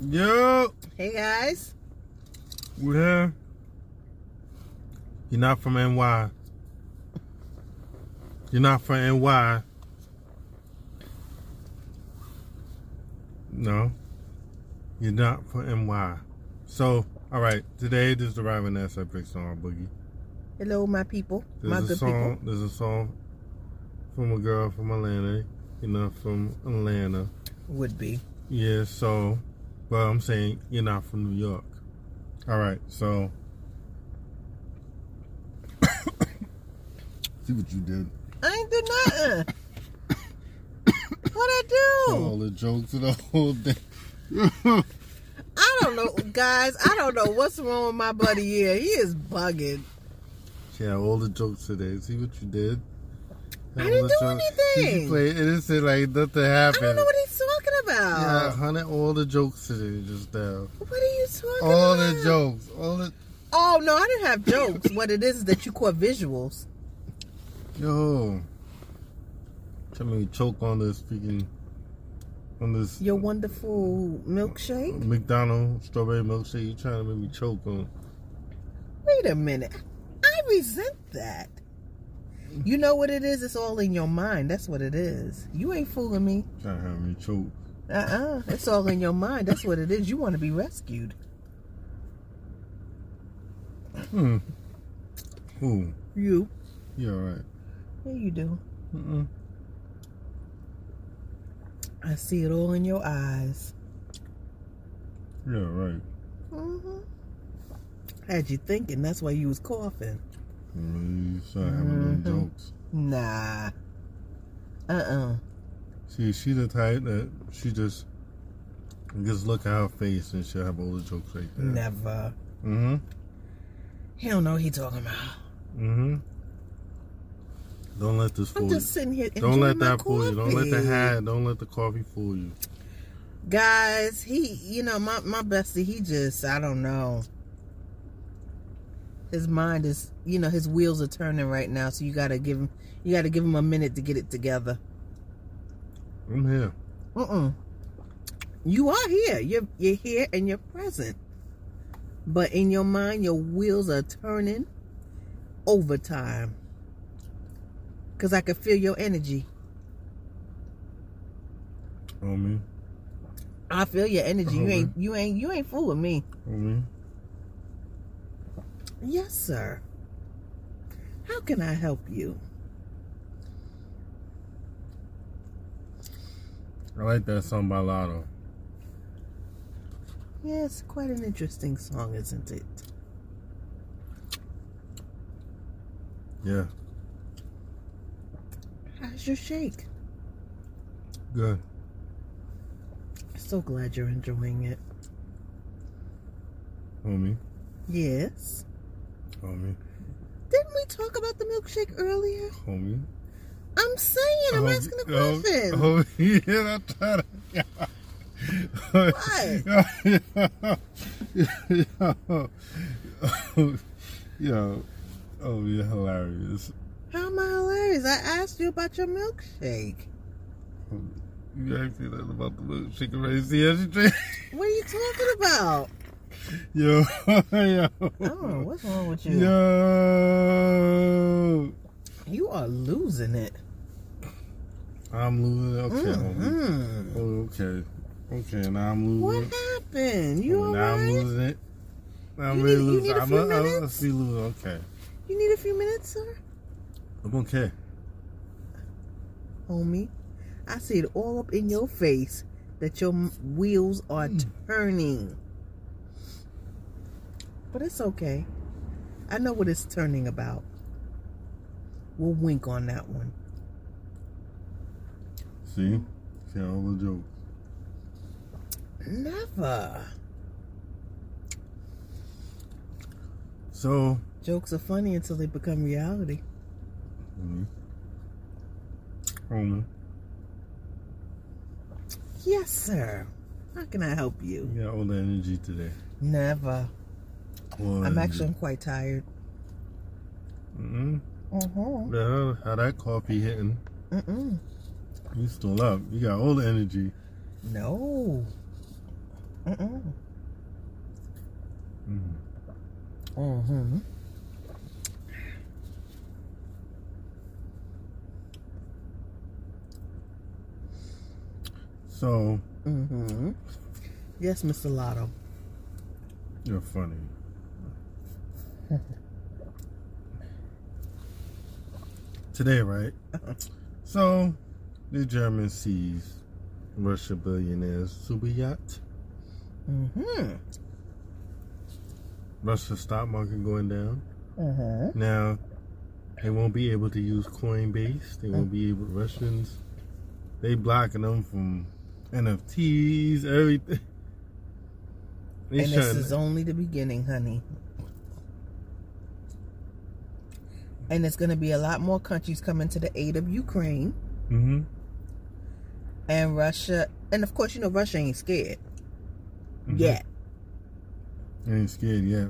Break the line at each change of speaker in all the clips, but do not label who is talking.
Yo,
Hey guys.
we're here. You're not from NY. You're not from NY. No, you're not from NY. So, all right, today this is the Robin S. I picked song Boogie.
Hello, my people.
There's
my
a
good
song.
people.
There's a song from a girl from Atlanta. You know, from Atlanta.
Would be.
Yeah, so, well, I'm saying you're not from New York. All right, so. See what you did.
I ain't do nothing. what I do?
All the jokes of the whole thing.
I don't know, guys. I don't know what's wrong with my buddy here. He is bugging.
yeah, all the jokes today. See what you did.
I
All
didn't
the
do
jokes. See,
anything.
she played innocent like nothing
I
happened.
don't know what he's talking
yeah,
about.
honey, all the jokes today just now.
What are you talking
All
about?
the jokes. All the
Oh no, I didn't have jokes. what it is is that you caught visuals.
yo. Tell me, choke on this freaking on this
Your wonderful milkshake.
McDonald's strawberry milkshake. You trying to make me choke on?
Wait a minute. I resent that. You know what it is? It's all in your mind. That's what it is. You ain't fooling me.
Trying to have me choke.
Uh-uh. It's all in your mind. That's what it is. You want to be rescued.
Hmm. Ooh,
You.
you all right?
Yeah, you do.
Mm-mm.
I see it all in your eyes.
You all right?
Mm-hmm. Had you thinking that's why you was coughing.
You started having them
Mhm.
jokes.
Nah. Uh-uh.
See, she the type that she just just look at her face and she'll have all the jokes right there.
Never.
Mm-hmm.
He don't know what he talking about.
Mm-hmm. Don't let this fool
I'm
you.
just sitting here
Don't let
enjoying my
that fool you. Don't let the
coffee.
hat. Don't let the coffee fool you.
Guys, he, you know, my, my bestie, he just, I don't know. His mind is, you know, his wheels are turning right now, so you gotta give him, you gotta give him a minute to get it together.
I'm here.
Mm-mm. You are here. You're you're here and you're present. But in your mind, your wheels are turning overtime. Cause I can feel your energy.
Homie.
I feel your energy. You
Okay.
ain't you ain't you ain't fooling me.
Homie.
Yes, sir. How can I help you?
I like that song by Lotto.
Yes, quite an interesting song, isn't it?
Yeah.
How's your shake?
Good.
So glad you're enjoying it.
Homie.
Yes.
Homie.
Didn't we talk about the milkshake earlier?
Homie.
I'm saying, I'm
Oh,
asking a
oh,
question.
Oh, yeah, I'm trying to. What? Yo, yo, oh, you're hilarious.
How am I hilarious? I asked you about your milkshake.
You asked me that about the little chicken race yesterday.
What are you talking about?
Yo, yo.
Oh, what's wrong with you?
Yo.
You are losing it.
I'm losing. Okay,
Mm-hmm.
homie.
Mm-mm.
Oh, okay. Okay, now I'm losing.
What happened? You
now I'm
alright?
losing it. Now I'm
You
really
need- you
losing.
need a
I'm
few
a- I'm a-
minutes?
I'm losing. Okay.
You need a few minutes, sir?
I'm okay.
Homie, I see it all up in your face that your m- wheels are turning. But it's okay. I know what it's turning about. We'll wink on that one.
See? See all the jokes.
Never.
So,
Jokes are funny until they become reality.
mm Homer,
Yes, sir. How can I help you?
you got all the energy today.
Never.
All the
I'm
energy.
actually quite tired.
Mm-mm.
Mm-hmm.
The hell, how that coffee hitting?
Mm-mm.
You still up. You got all the energy.
No. Mm-mm.
Mm.
Mm-hmm.
So
Mm-hmm. Yes, Mr. Lotto.
you're funny. Today, right? So the German sees Russia billionaires Subayat.
Mm-hmm.
Russia stock market going down.
Uh-huh.
Now, they won't be able to use Coinbase. They won't be able. Russians, they blocking them from NFTs, everything. They
And this
shutting-
is only the beginning, honey. And it's going to be a lot more countries coming to the aid of Ukraine
Mhm.
and Russia. And of course, you know, Russia ain't scared
Mhm.
yet,
They ain't scared yet.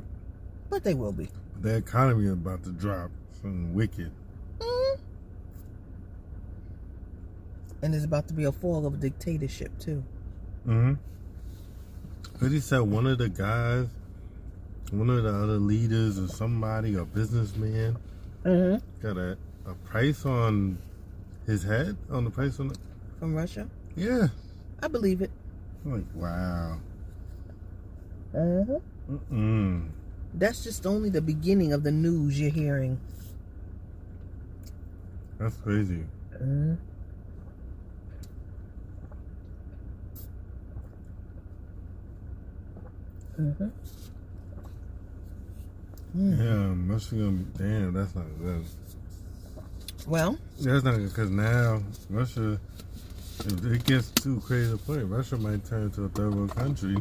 but they will be.
The economy about to drop. Something wicked.
Mm. And there's about to be a fall of dictatorship, too.
Mm-hmm. But he said one of the guys, one of the other leaders or somebody, a businessman,
Mm-hmm.
got a, a price on his head, on the price on the,
From Russia?
yeah.
I believe it.
I'm like, wow.
Mm-hmm.
Mm-mm.
That's just only the beginning of the news you're hearing.
That's crazy.
Mm-hmm.
Yeah, that's gonna be, damn, that's not good.
Well,
That's not good, because now Russia, if it gets too crazy to point, Russia might turn to a third world country.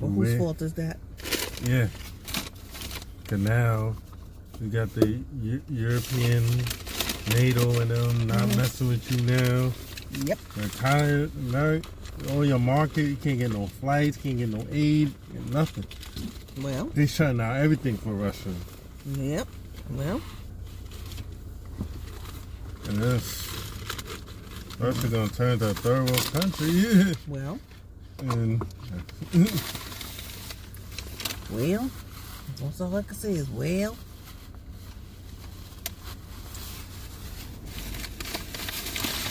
well
Where-
whose fault is that?
Yeah. Cause now you got the Eu- European NATO and them not
Mhm.
messing with you now.
Yep.
They're tired. Now all your market, you can't get no flights, can't get no aid, get nothing.
Well,
They shutting out everything for Russia,
yep. Well,
and that's Russia gonna turn to a third world country.
well,
and
well. That's all I can say is well.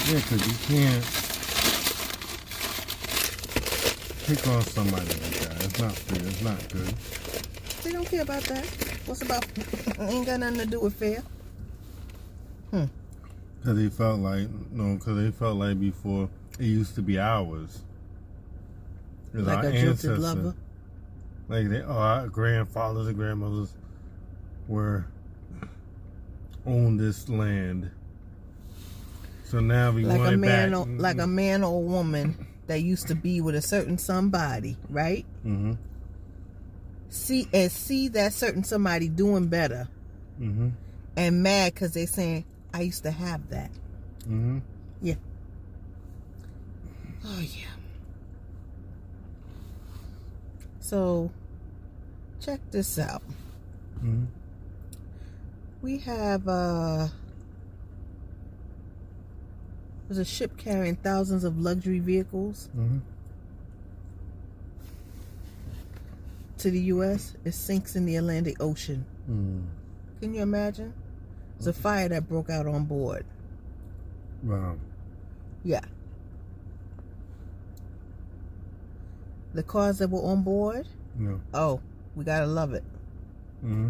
yeah, cause you can't pick on somebody like that. It's not fair. It's not good.
They don't care about that. What's about? ain't got nothing to do with fair.
Because they felt like, no, because they felt like before it used to be ours. It was
Like
our
a jilted
ancestors.
lover.
Like they, oh, our grandfathers and grandmothers were on this land. So now we
Like
want
a
it
man,
back. Mm-hmm.
or, like a man or woman that used to be with a certain somebody, right?
Mm-hmm.
See and see that certain somebody doing better
Mm-hmm.
and mad because they saying I used to have that.
Mm-hmm.
Oh yeah. So check this out.
Mm-hmm.
We have uh there's a ship carrying thousands of luxury vehicles
Mm-hmm.
to the US. It sinks in the Atlantic Ocean.
Mm.
Can you imagine? There's a fire that broke out on board.
Wow.
Yeah. The cars that were on board,
Yeah.
oh, we gotta love it.
Mm-hmm.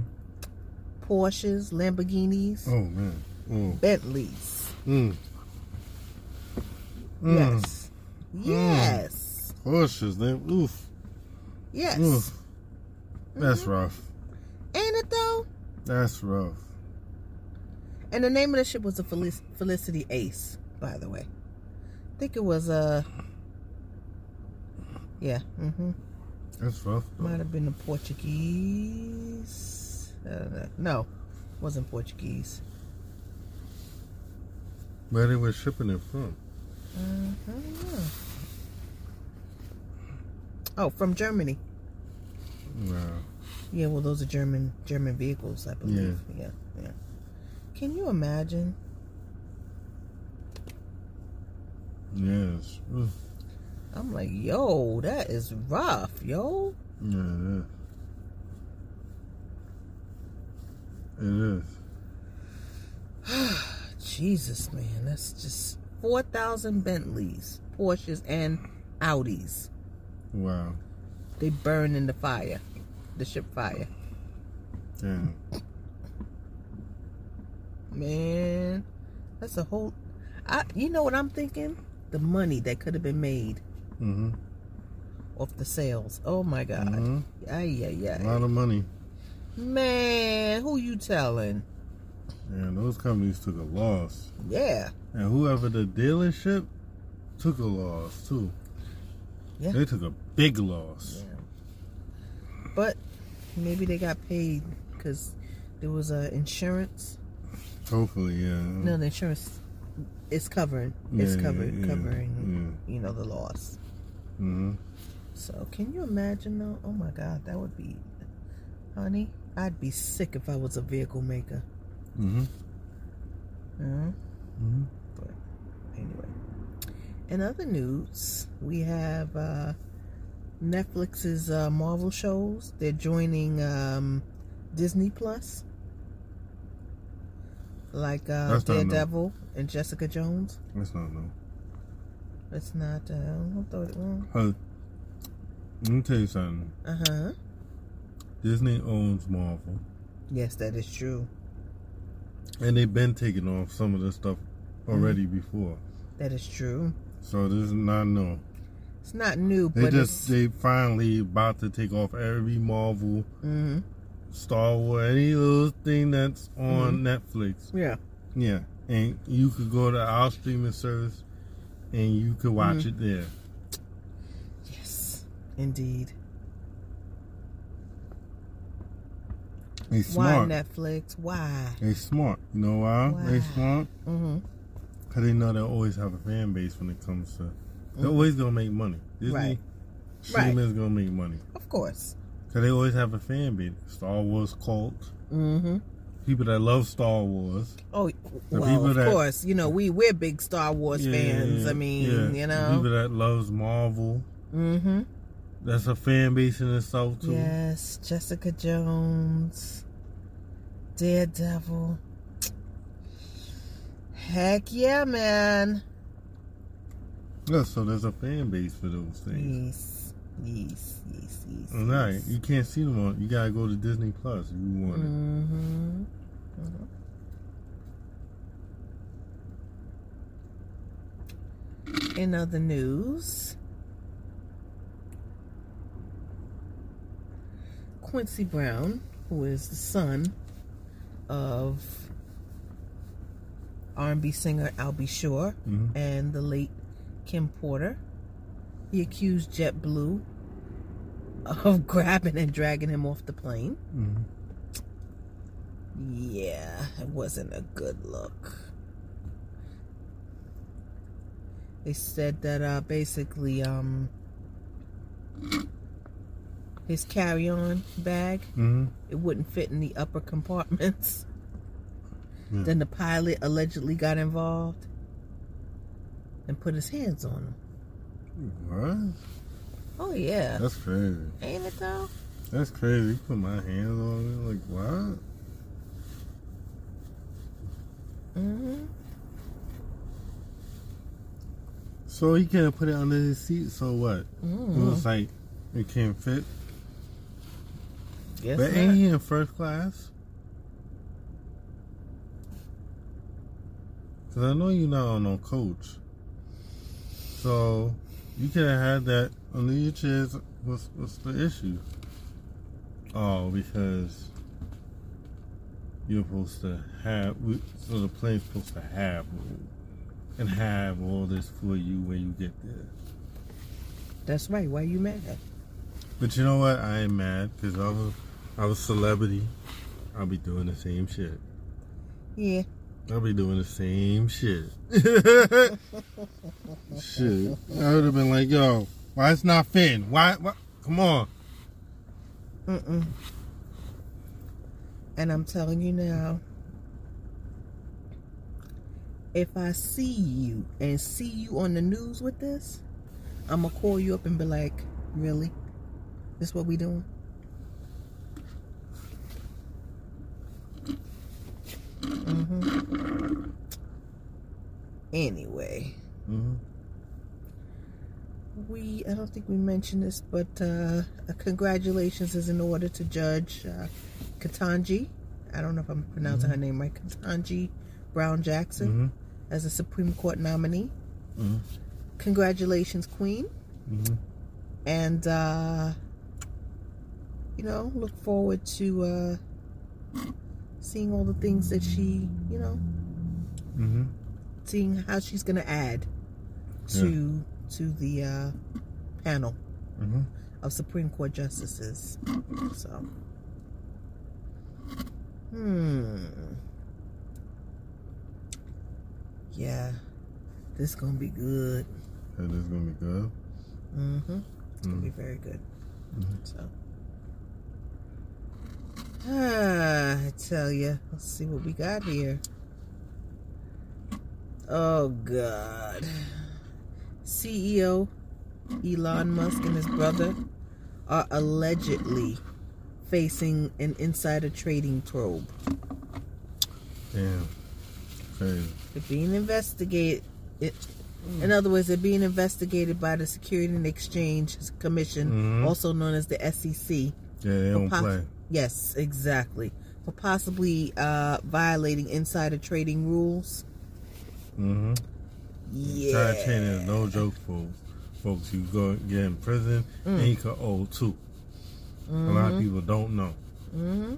Porsches, Lamborghinis,
Oh man. Oh.
Bentleys.
Mm. Mm.
Yes. Yes.
Horses. They. Oof.
Yes.
Oof. Mm-hmm. That's
Mhm.
rough.
Ain't it though?
That's rough.
And the name of the ship was the Felic- Felicity Ace, by the way. I think it was uh Yeah, mhm.
That's rough. though.
Might have been the Portuguese. I don't know. No, wasn't Portuguese.
Where they were shipping it from?
Mhm. Oh, from Germany.
Wow.
Yeah, well, those are German German vehicles, I believe. Yeah, yeah. Can you imagine?
Mm. Yes. Oof.
I'm like, yo, that is rough, yo.
Yeah, it is. It is.
Jesus, man, that's just 4,000 Bentleys, Porsches, and Audis.
Wow.
They burn in the fire, the ship fire.
Damn.
Man, that's a whole. I, you know what I'm thinking? The money that could have been made
Mm-hmm.
off the sales. Oh my God.
Mhm.
Ay, ay,
A
ay.
lot of money.
Man, who you telling?
And those companies took a loss.
Yeah.
And whoever the dealership took a loss too.
Yeah.
They took a big loss.
But maybe they got paid because there was uh, insurance.
Hopefully, yeah.
No, the insurance is covering. it's
Yeah,
covered,
yeah, yeah,
covering. You know the loss.
Mm-hmm.
So can you imagine though? Oh my God, that would be, honey, I'd be sick if I was a vehicle maker.
Mm-hmm.
Mhm.
Mm-hmm.
Anyway, in other news, we have uh, Netflix's uh, Marvel shows. They're joining um, Disney Plus, like uh,
That's not new.
Daredevil and Jessica Jones.
That's not no.
It's not. Uh, I thought it was.
Huh. Let me tell you something.
Uh huh.
Disney owns Marvel,
Yes, that is true.
and they've been taking off some of this stuff already
Mm-hmm.
before.
That is true.
So this is not new.
It's not new,
They
but
just
it's.
they finally about to take off every Marvel,
Mhm.
Star Wars, any little thing that's on
Mm-hmm.
Netflix.
Yeah.
Yeah, and you could go to our streaming service, and you could watch
Mm-hmm.
it there.
Yes. Indeed.
They smart.
Why Netflix? Why?
They smart. You know why? They
Why?
smart
Mm-hmm.
because they know they always have a fan base when it comes to. They're always gonna make money. Disney
Mm-hmm. Right.
streaming is gonna make money
Of course.
because they always have a fan base. Star Wars cult,
Mm-hmm.
people that love Star Wars.
Oh, well,
people
of
that-
course. You know, we we're big Star Wars
Yeah,
fans. I
yeah.
mean, you
people
know.
that loves Marvel.
Mm-hmm.
That's a fan base in itself too.
Yes, Jessica Jones, Daredevil. Heck yeah, man.
Yeah, so there's a fan base for those things.
Yes, yes, yes, yes.
All right,
yes.
you can't see them on. You gotta go to Disney Plus. if You want it?
Mm-hmm. In other news, Quincy Brown, who is the son of R&B singer Albie Shore
Mhm.
and the late Kim Porter, he accused JetBlue of grabbing and dragging him off the plane.
Mhm.
Yeah, it wasn't a good look. They said that uh, basically, um, his carry-on bag
Mhm.
it wouldn't fit in the upper compartments.
Yeah.
Then the pilot allegedly got involved and put his hands on him.
Mm-hmm. What?
Oh yeah,
That's crazy.
ain't it though?
That's crazy. You put my hands on it. Like what?
Mm-hmm.
So he can't put it under his seat. So what?
Mm-hmm.
It was like it can't fit.
Guess
but ain't he in first class? Cause I know you're not on no coach. So you could have had that under your chairs. What's what's the issue? Oh, because you're supposed to have. we- So the plane's supposed to have and have all this for you when you get there.
That's right. Why you mad?
But you know what? I ain't mad because I was, I was celebrity. I'll be doing the same shit.
Yeah.
I'll be doing the same shit. shit. I would have been like, yo, why it's not Finn? Why? why? Come on.
Mm-mm. And I'm telling you now, if I see you and see you on the news with this, I'm gonna call you up and be like, "Really? This what we doing?" hmm Anyway,
Mm-hmm.
we I don't think we mentioned this, but uh, a congratulations is in order to Judge uh, Katanji. I don't know if I'm pronouncing her name right, Katanji Brown Jackson
Mm-hmm.
as a Supreme Court nominee.
Mhm.
Congratulations, Queen.
Mm-hmm.
and uh you know look forward to uh seeing all the things that she you know
Mm-hmm.
seeing how she's gonna add to to the uh panel
Mm-hmm.
of supreme court justices so hmm yeah this gonna be good
That is gonna be good.
Mm-hmm. It's gonna
Mhm.
be very good.
Mhm.
So, ah, I tell you, let's see what we got here. Oh God, CEO Elon Musk and his brother are allegedly facing an insider trading probe.
Damn. Crazy.
They're being investigated. It, in other words, they're being investigated by the Security and Exchange Commission,
Mhm.
also known as the E SEC.
Yeah, they don't
Pos-
play.
Yes, exactly. For possibly uh, violating insider trading rules.
Mm-hmm.
Yeah.
Tide chain is no joke, folks. Folks, you go get in prison and you could owe too. A lot of people don't know.
hmm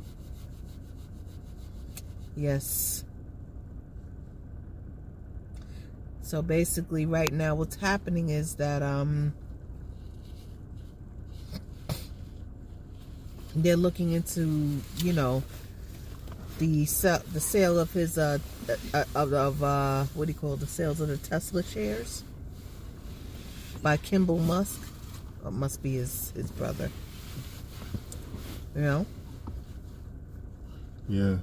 Yes. So basically, right now, what's happening is that um, they're looking into, you know, the sale, the sale of his uh, uh, of of uh, what do you call it? the sales of the Tesla shares by Kimball Musk, or must be his his brother. You know.
Yeah.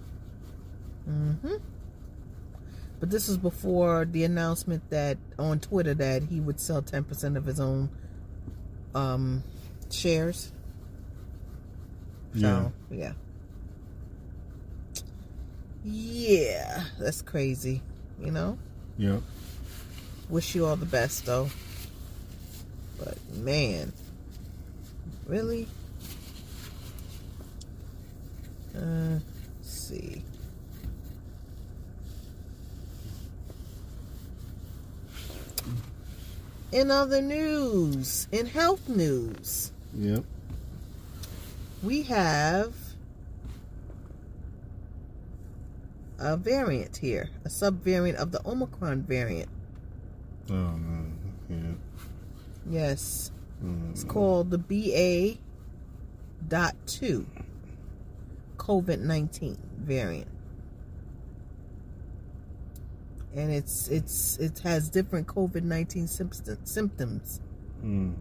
hmm But this was before the announcement that on Twitter that he would sell 10% of his own um, shares.
Yeah.
So, yeah. Yeah, that's crazy. You know?
Yep.
Wish you all the best, though. But, man. Really? Uh, let's see. In other news, in health news,
Yep.
we have a variant here, a subvariant of the Omicron variant.
Oh man. Yeah.
Yes,
Mm.
it's called the BA. Dot two COVID nineteen variant, and it's it's it has different COVID nineteen symptoms
Mm.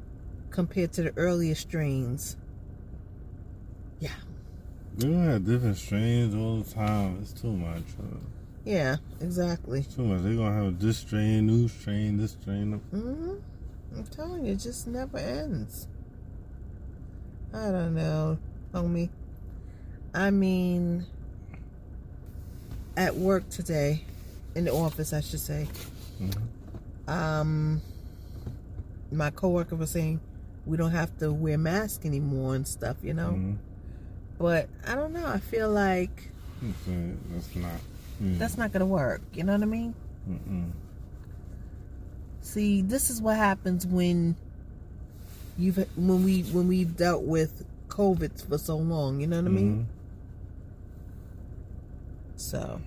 compared to the earlier strains. Yeah,
They don't have different strains all the time. It's too much. uh,
Yeah, exactly.
It's too much. They're gonna have this strain, new strain, this strain.
hmm I'm telling you, it just never ends. I don't know, homie. I mean, at work today, in the office, I should say,
Mhm.
um, my coworker was saying we don't have to wear masks anymore and stuff, you know.
Mhm.
But I don't know. I feel like
Okay, That's not. Yeah.
that's not gonna work. You know what I mean?
Mm-mm.
See, this is what happens when you've when we when we've dealt with COVID for so long. You know what I mean?
Mm-hmm.
So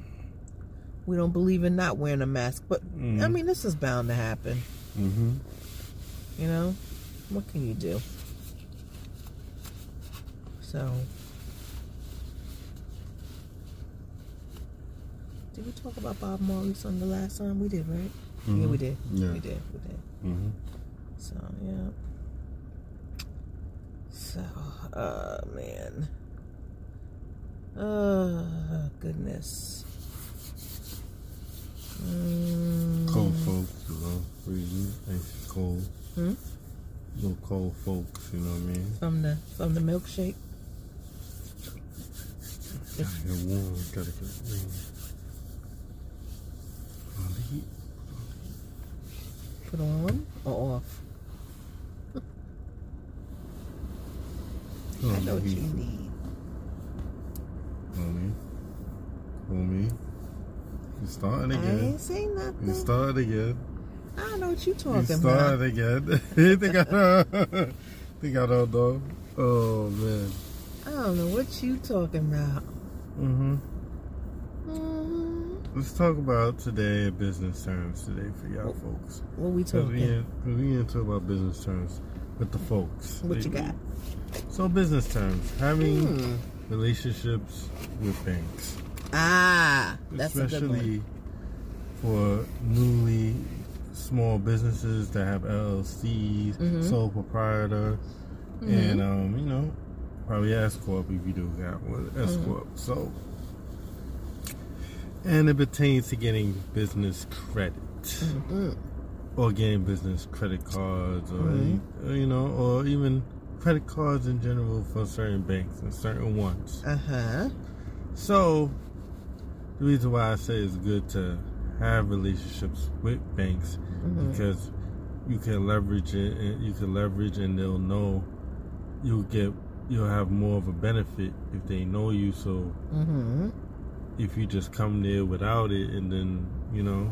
we don't believe in not wearing a mask, but I
Mhm.
mean, this is bound to happen.
Mm-hmm.
You know, what can you do? So. Did we talk about Bob Marley song the last time? We did, right? Yeah, we did.
Yeah.
We did. We did.
Mm-hmm.
So yeah. So uh man. Oh goodness. Mm,
Cold, folks. You know, freezing. It's cold.
Mm. Hmm?
little cold folks, you know what I mean?
from the from the milkshake.
Gotta get warm, gotta get warm. Oh, the heat.
Put on or off.
Oh,
I know
the
what you
heat.
need.
Homie. Homie. You starting
I
again.
ain't seen nothing.
You started again.
I don't know what you
You
talking about.
started again. think I know. think I don't know. Oh man.
I don't know what you talking about. Mm-hmm.
hmm
Mm,
Let's talk about today in business terms today for y'all folks.
what we
Cause we
talking?
ain't, 'cause we ain't talk about business terms with the folks.
What you
They-
got?
So business terms, having
Hmm.
relationships with banks,
Ah, that's a good one.
especially for newly small businesses that have LLCs,
Mhm.
sole proprietor,
Mhm.
and um, you know, probably S corp if you do got one
Mm-hmm.
S corp. So, and it pertains to getting business credit
Mm,
or getting business credit cards or
Mhm.
any- you know or even credit cards in general for certain banks and certain ones
Uh huh.
so the reason why i say it's good to have relationships with banks
Mhm.
because you can leverage it and you can leverage and they'll know you'll get you'll have more of a benefit if they know you so
Mhm.
if you just come there without it and then you know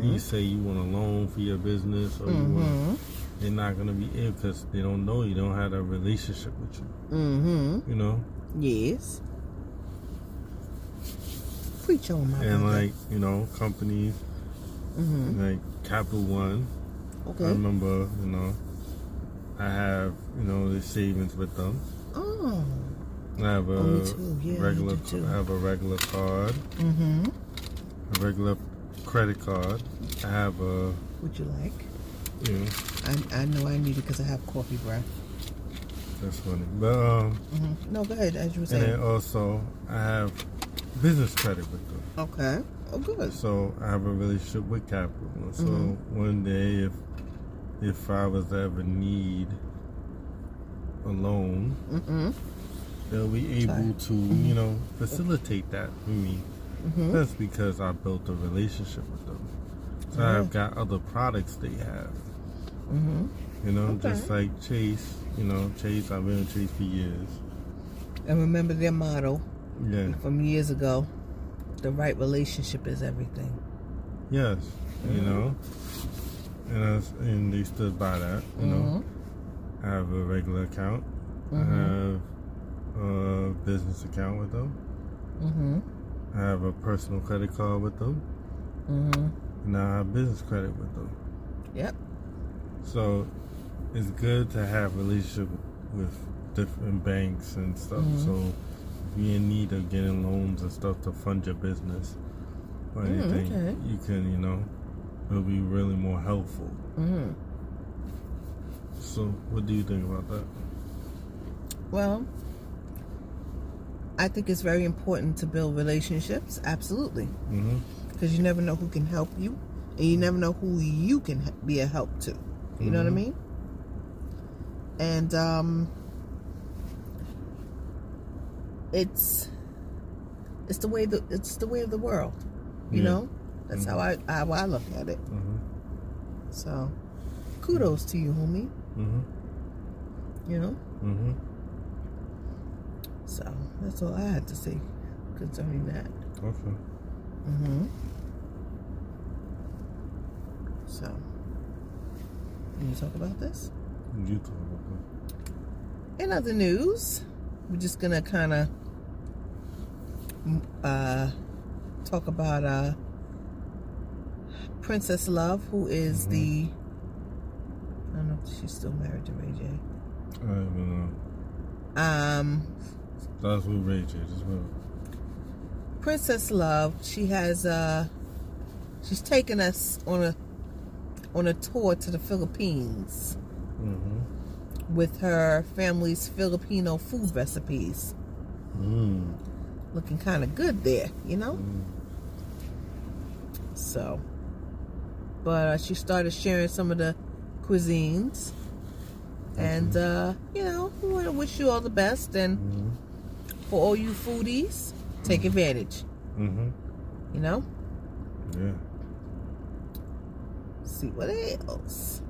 you
Mhm.
say you want a loan for your business or you want
Mhm.
they're not gonna be ill because they don't know you, don't have a relationship with you.
Mhm.
You know,
Yes. Preach on my
and
brother.
like you know, companies
Mhm.
like Capital One. I
Okay.
remember, you know, I have you know the savings with them.
Oh.
I have a
Oh, me too. Yeah, I
regular,
do too.
I have a regular card,
Mhm.
a regular credit card. I have a
Would you like?
you know,
I I know I need it because I have coffee breath.
that's funny, but um,
Mm-hmm. No, go ahead. As you were
and
saying.
then also I have business credit with them.
Okay. Oh, good.
So I have a relationship with Capital. And So
Mhm.
one day, if if I was to ever need a loan,
Mhm.
they'll be able
Sorry.
to you know facilitate that for me.
Mhm.
That's because I built a relationship with them. So
Yeah.
I've got other products they have.
Mhm.
You know,
Okay.
just like Chase. You know, Chase. I've been with Chase for years.
And remember their motto
Yeah.
from years ago: the right relationship is everything.
Yes.
Mm-hmm.
You know. And I, s- and they stood by that. You know.
Mm-hmm.
I have a regular account. I have a business account with them.
Mhm.
I have a personal credit card with them.
Mhm.
And I have business credit with them.
Yep.
So it's good to have relationship with different banks and stuff.
Mhm.
So if you're in need of getting loans and stuff to fund your business or
Mm,
anything,
okay.
you can, you know, it'll be really more helpful.
Mhm.
So what do you think about that?
Well, I think it's very important to build relationships, absolutely,
Mm-hmm.
because you never know who can help you, and you never know who you can he- be a help to. You know what I
Mhm.
mean? And um, it's it's the way the it's the way of the world. You
Yeah.
know, that's how I how I look at it.
Mm-hmm.
So, kudos to you, homie.
Mm-hmm.
You know.
Mm-hmm.
So that's all I had to say concerning that.
Okay.
Mm-hmm. So, you want to talk about this?
You talk about that.
In other news, we're just gonna kind of uh, talk about uh, Princess Love, who is
Mhm.
the I don't know if she's still married to Ray J.
I don't know.
Um,
Uh, That's what Ray J as well.
Princess Love, she has uh she's taking us on a on a tour to the Philippines
Mm-hmm.
with her family's Filipino food recipes.
Mm.
Looking kind of good there, you know?
Mm.
So but uh, she started sharing some of the cuisines And uh, you know, we want to wish you all the best. And
Mhm.
for all you foodies, take advantage.
Mhm.
You know.
Yeah.
see what else.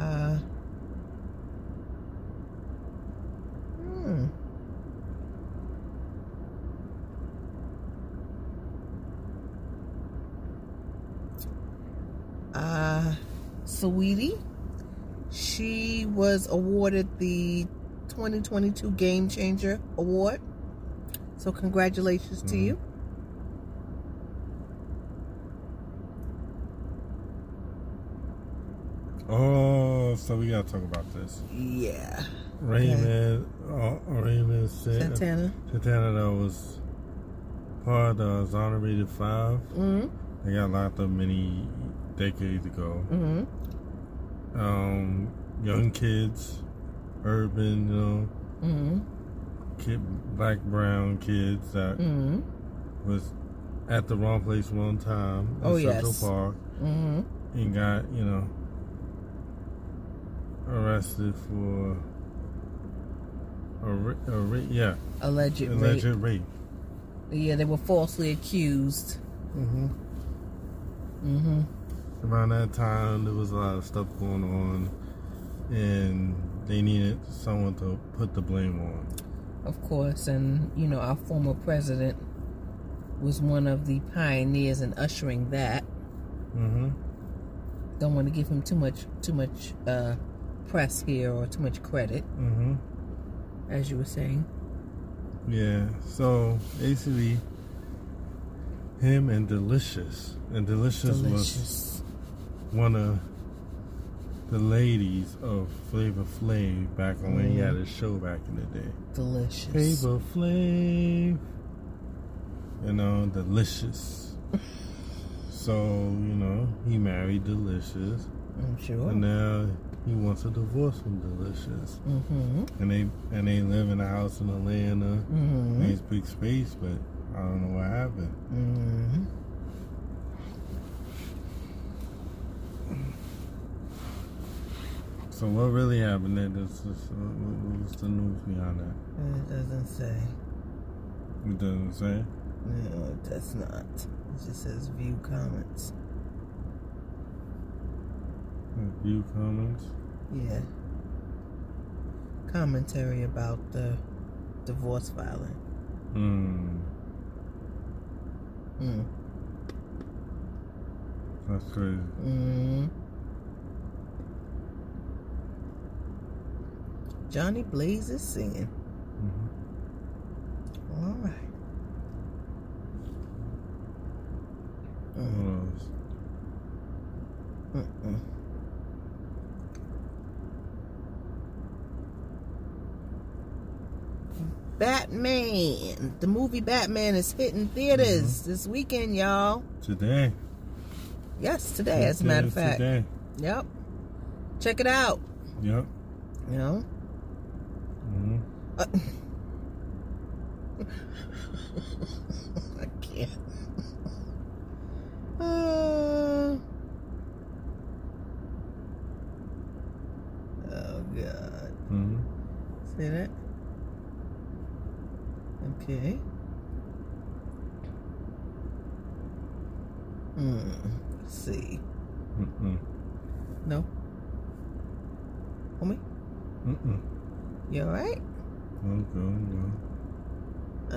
Uh. Hmm. Uh, Sweetie, she was awarded the 2022 Game Changer Award. So, congratulations to
Mhm.
you.
Oh, so we gotta talk about this.
Yeah.
Raymond, uh, Raymond San-
Santana.
Santana that was part of the Exonerated Five.
Mm
They got locked up many decades ago.
hmm. Mm
Um, young kids, urban, you know,
hmm. Mm
kid, black brown kids that
hmm. Mm
was at the wrong place wrong time in
Oh,
Central
yes.
Park
hmm. Mm
and got you know arrested for a, ra- a ra- yeah
hmm. Alleged
alleged
rape.
rape.
Yeah, they were falsely accused.
Mm-hmm.
Mm hmm.
Around that time, there was a lot of stuff going on, and they needed someone to put the blame on.
Of course, and you know, our former president was one of the pioneers in ushering that.
Mm-hmm.
Don't want to give him too much too much uh press here or too much credit,
Mm-hmm.
as you were saying.
Yeah. So basically, him and Delicious, and Delicious, was
Delicious.
one of the ladies of Flavor Flav back when he had his show back in the day.
Delicious.
Flavor Flav, you know, Delicious. So you know, he married Delicious,
I'm sure.
and now he wants a divorce from Delicious,
Mm-hmm.
and they and they live in a house in Atlanta.
Mm-hmm.
Nice big space, but I don't know what happened.
Mm-hmm.
So what really happened? That this is what what was the news behind that?
It doesn't say.
It doesn't say.
No, it does not. It just says view comments.
View comments.
Yeah. Commentary about the divorce filing.
Hmm.
Mm.
That's crazy.
Mm. Johnny Blaze is singing.
hmm
All right.
What
Mm, Mm-hmm.
else?
mm, mm. Batman. The movie Batman is hitting theaters this weekend, y'all.
Today.
Yes, today, as a matter of
Today,
fact.
Today.
Yep. Check it out.
Yep.
You know?
hmm
Uh, I can't. Uh, oh God!
hmm
See that? Okay. Hmm. Let's see.
Mm-mm.
No. Homie,
Mm-mm.
you all right?
I'm good. I'm
Uh,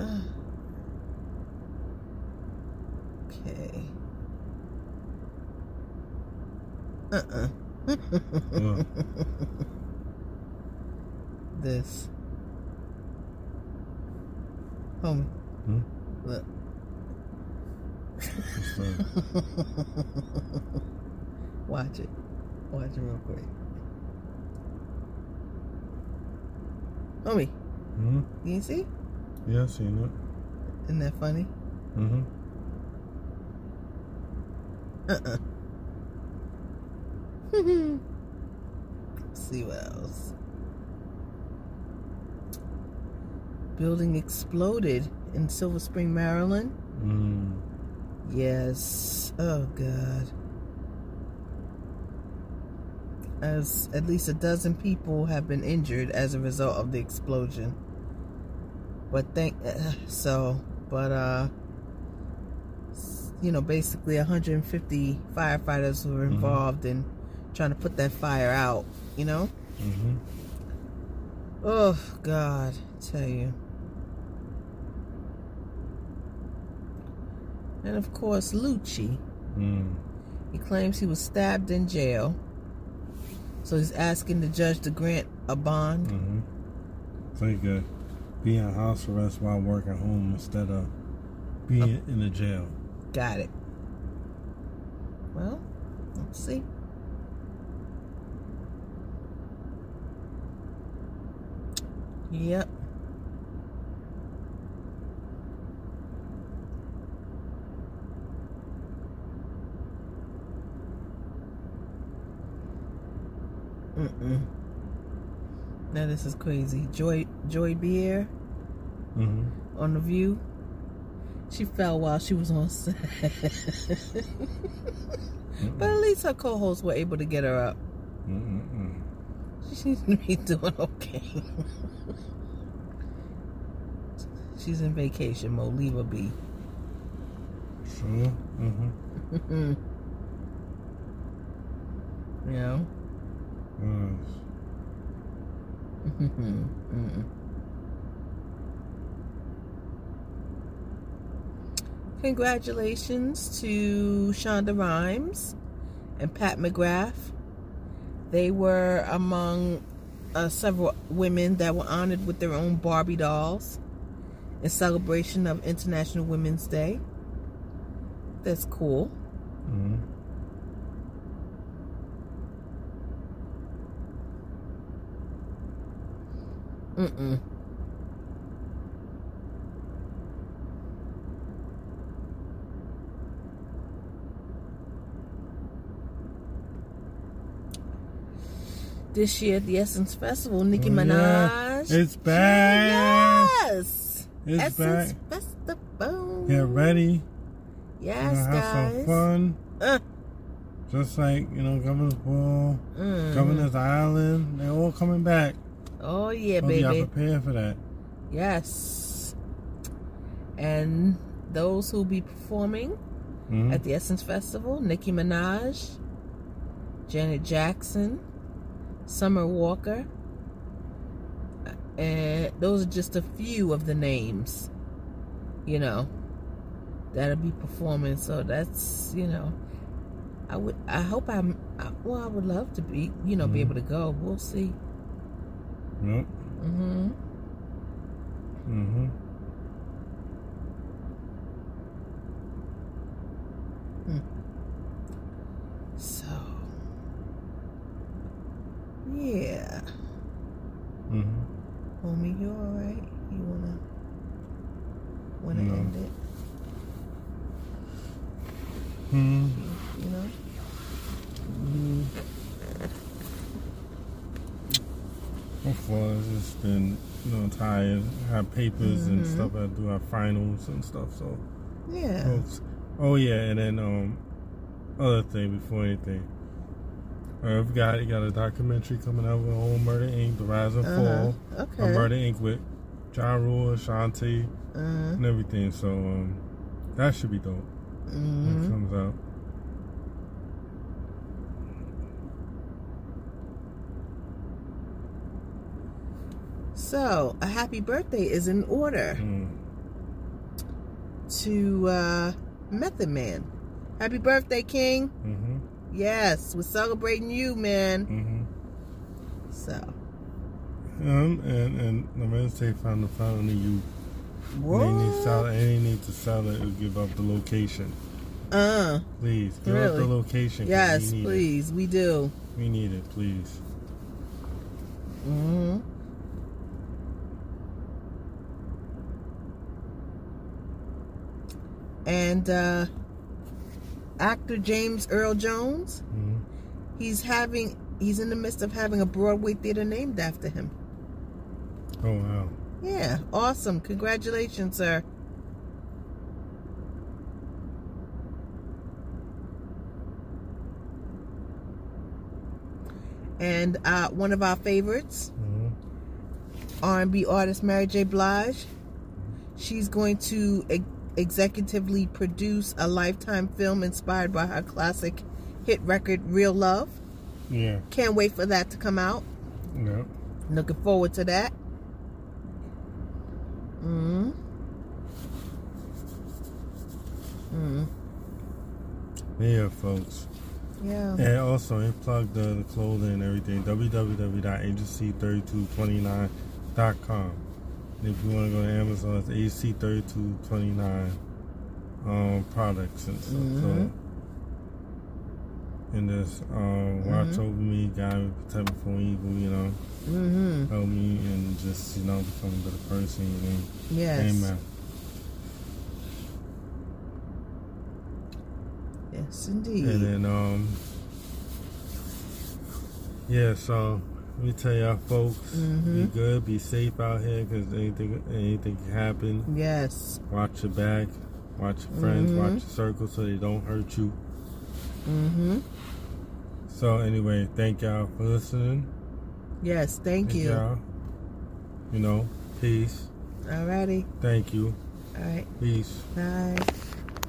okay. Uh uh
What?
this. Homie.
Hmm?
Look.
good. What's that?
Watch it. Watch it real quick. Homie,
hmm?
you see?
Yeah, I seen it.
Isn't that funny?
Mm-hmm.
Uh-uh. see what else. Building exploded in Silver Spring, Maryland.
Mm.
Yes. Oh God. as at least a dozen people have been injured as a result of the explosion. But thank eh, so, but uh, you know, basically 150 firefighters were involved in trying to put that fire out. You know,
Mm-hmm.
oh God, I tell you. And of course, Lucci.
Mm.
He claims he was stabbed in jail. So he's asking the judge to grant a bond.
Mm-hmm. So you could be in house arrest while working home instead of being in a jail.
Got it. Well, let's see. Yep. Mm-mm. Now this is crazy. Joy Joy Beer
Mm-hmm.
on the view. She fell while she was on set. but
Mm-hmm.
at least her co hosts were able to get her up.
Mm-mm.
She seems to be doing okay. She's in vacation mode. Leave her be.
Sure. Mm-hmm.
you know?
Yes.
Mm-hmm. Mm-mm. Congratulations to Shonda Rhimes and Pat McGrath. They were among uh, several women that were honored with their own Barbie dolls in celebration of International Women's Day. That's cool.
Mm-hmm.
Mm-mm. This year at the Essence Festival, Nicki
Oh, yeah.
Minaj.
It's back.
Yes.
It's
Essence
back.
Festival.
Get ready. You know,
Yes,
have some
guys.
fun.
Uh.
Just like, you know, Governor's Ball,
Mm.
Governor's Island, they're all coming back.
Oh yeah,
Hope
baby.
y'all prepared for that.
Yes. And those who'll be performing
Mm-hmm.
at the Essence Festival, Nicki Minaj, Janet Jackson, Summer Walker, and those are just a few of the names, you know, that'll be performing. So that's you know, I would, I hope I'm, I, well, I would love to be, you know, be
Mhm.
able to go. We'll see.
Yep.
hmm
Mm-hmm.
So, yeah,
Mm-hmm.
homie, you all right? You wanna wanna
No.
end it?
Mm-hmm.
you know?
Of course, it's been you know tired. I have papers and
Mhm.
stuff. I do have finals and stuff. So,
Yeah.
folks. Oh yeah, and then um, other thing before anything, Irv got he got a documentary coming out with old Murder Inc. The Rise and
Uh-huh.
Fall
Okay.
of Murder Inc. with Ja Rule, Shanti,
Uh,
and everything. So um, that should be dope. when
mhm.
It comes out.
So, a happy birthday is in order
Mm.
to uh, Method Man. Happy birthday, King.
Mhm.
Yes, we're celebrating you, man.
Mhm.
So,
Um, and and the Wednesday found the fountain of youth. They need to sell
what?
it. They need to sell it or give up the location.
Uh,
Please give up the
Really?
location. 'cause
yes,
we need
please, we do.
It. We need it, please.
hmm And uh, actor James Earl Jones,
hmm
he's having, he's in the midst of having a Broadway theater named after him.
Oh wow.
Yeah, awesome. Congratulations, sir. and uh, one of our favorites,
Mm-hmm.
R&B artist Mary J. Blige. She's going to ex- executively produce a lifetime film inspired by her classic hit record Real Love.
Yeah.
Can't wait for that to come out.
Yep.
Looking forward to that. Mm. Mm.
Yeah, folks.
Yeah.
And also, it plugged the, the clothing and everything. www.agency3229.com. And if you want to go to Amazon, it's AC3229 um, products and stuff.
Mhm.
So, and this um, watch
Mhm.
over me, guide me, protect me from evil, you know,
Mm-hmm.
help me, and just, you know, become a better person. You know?
Yes.
Amen.
Yes, indeed.
And then, um, yeah, so let me tell y'all, folks, be
Mhm.
good, be safe out here because anything, anything can happen.
Yes.
Watch your back, watch your friends,
Mhm.
watch your circle so they don't hurt you.
Mm-hmm.
So, anyway, thank y'all for listening.
Yes. Thank, you.
y'all. You know, peace.
Alrighty.
Thank you.
All right.
Peace.
Bye.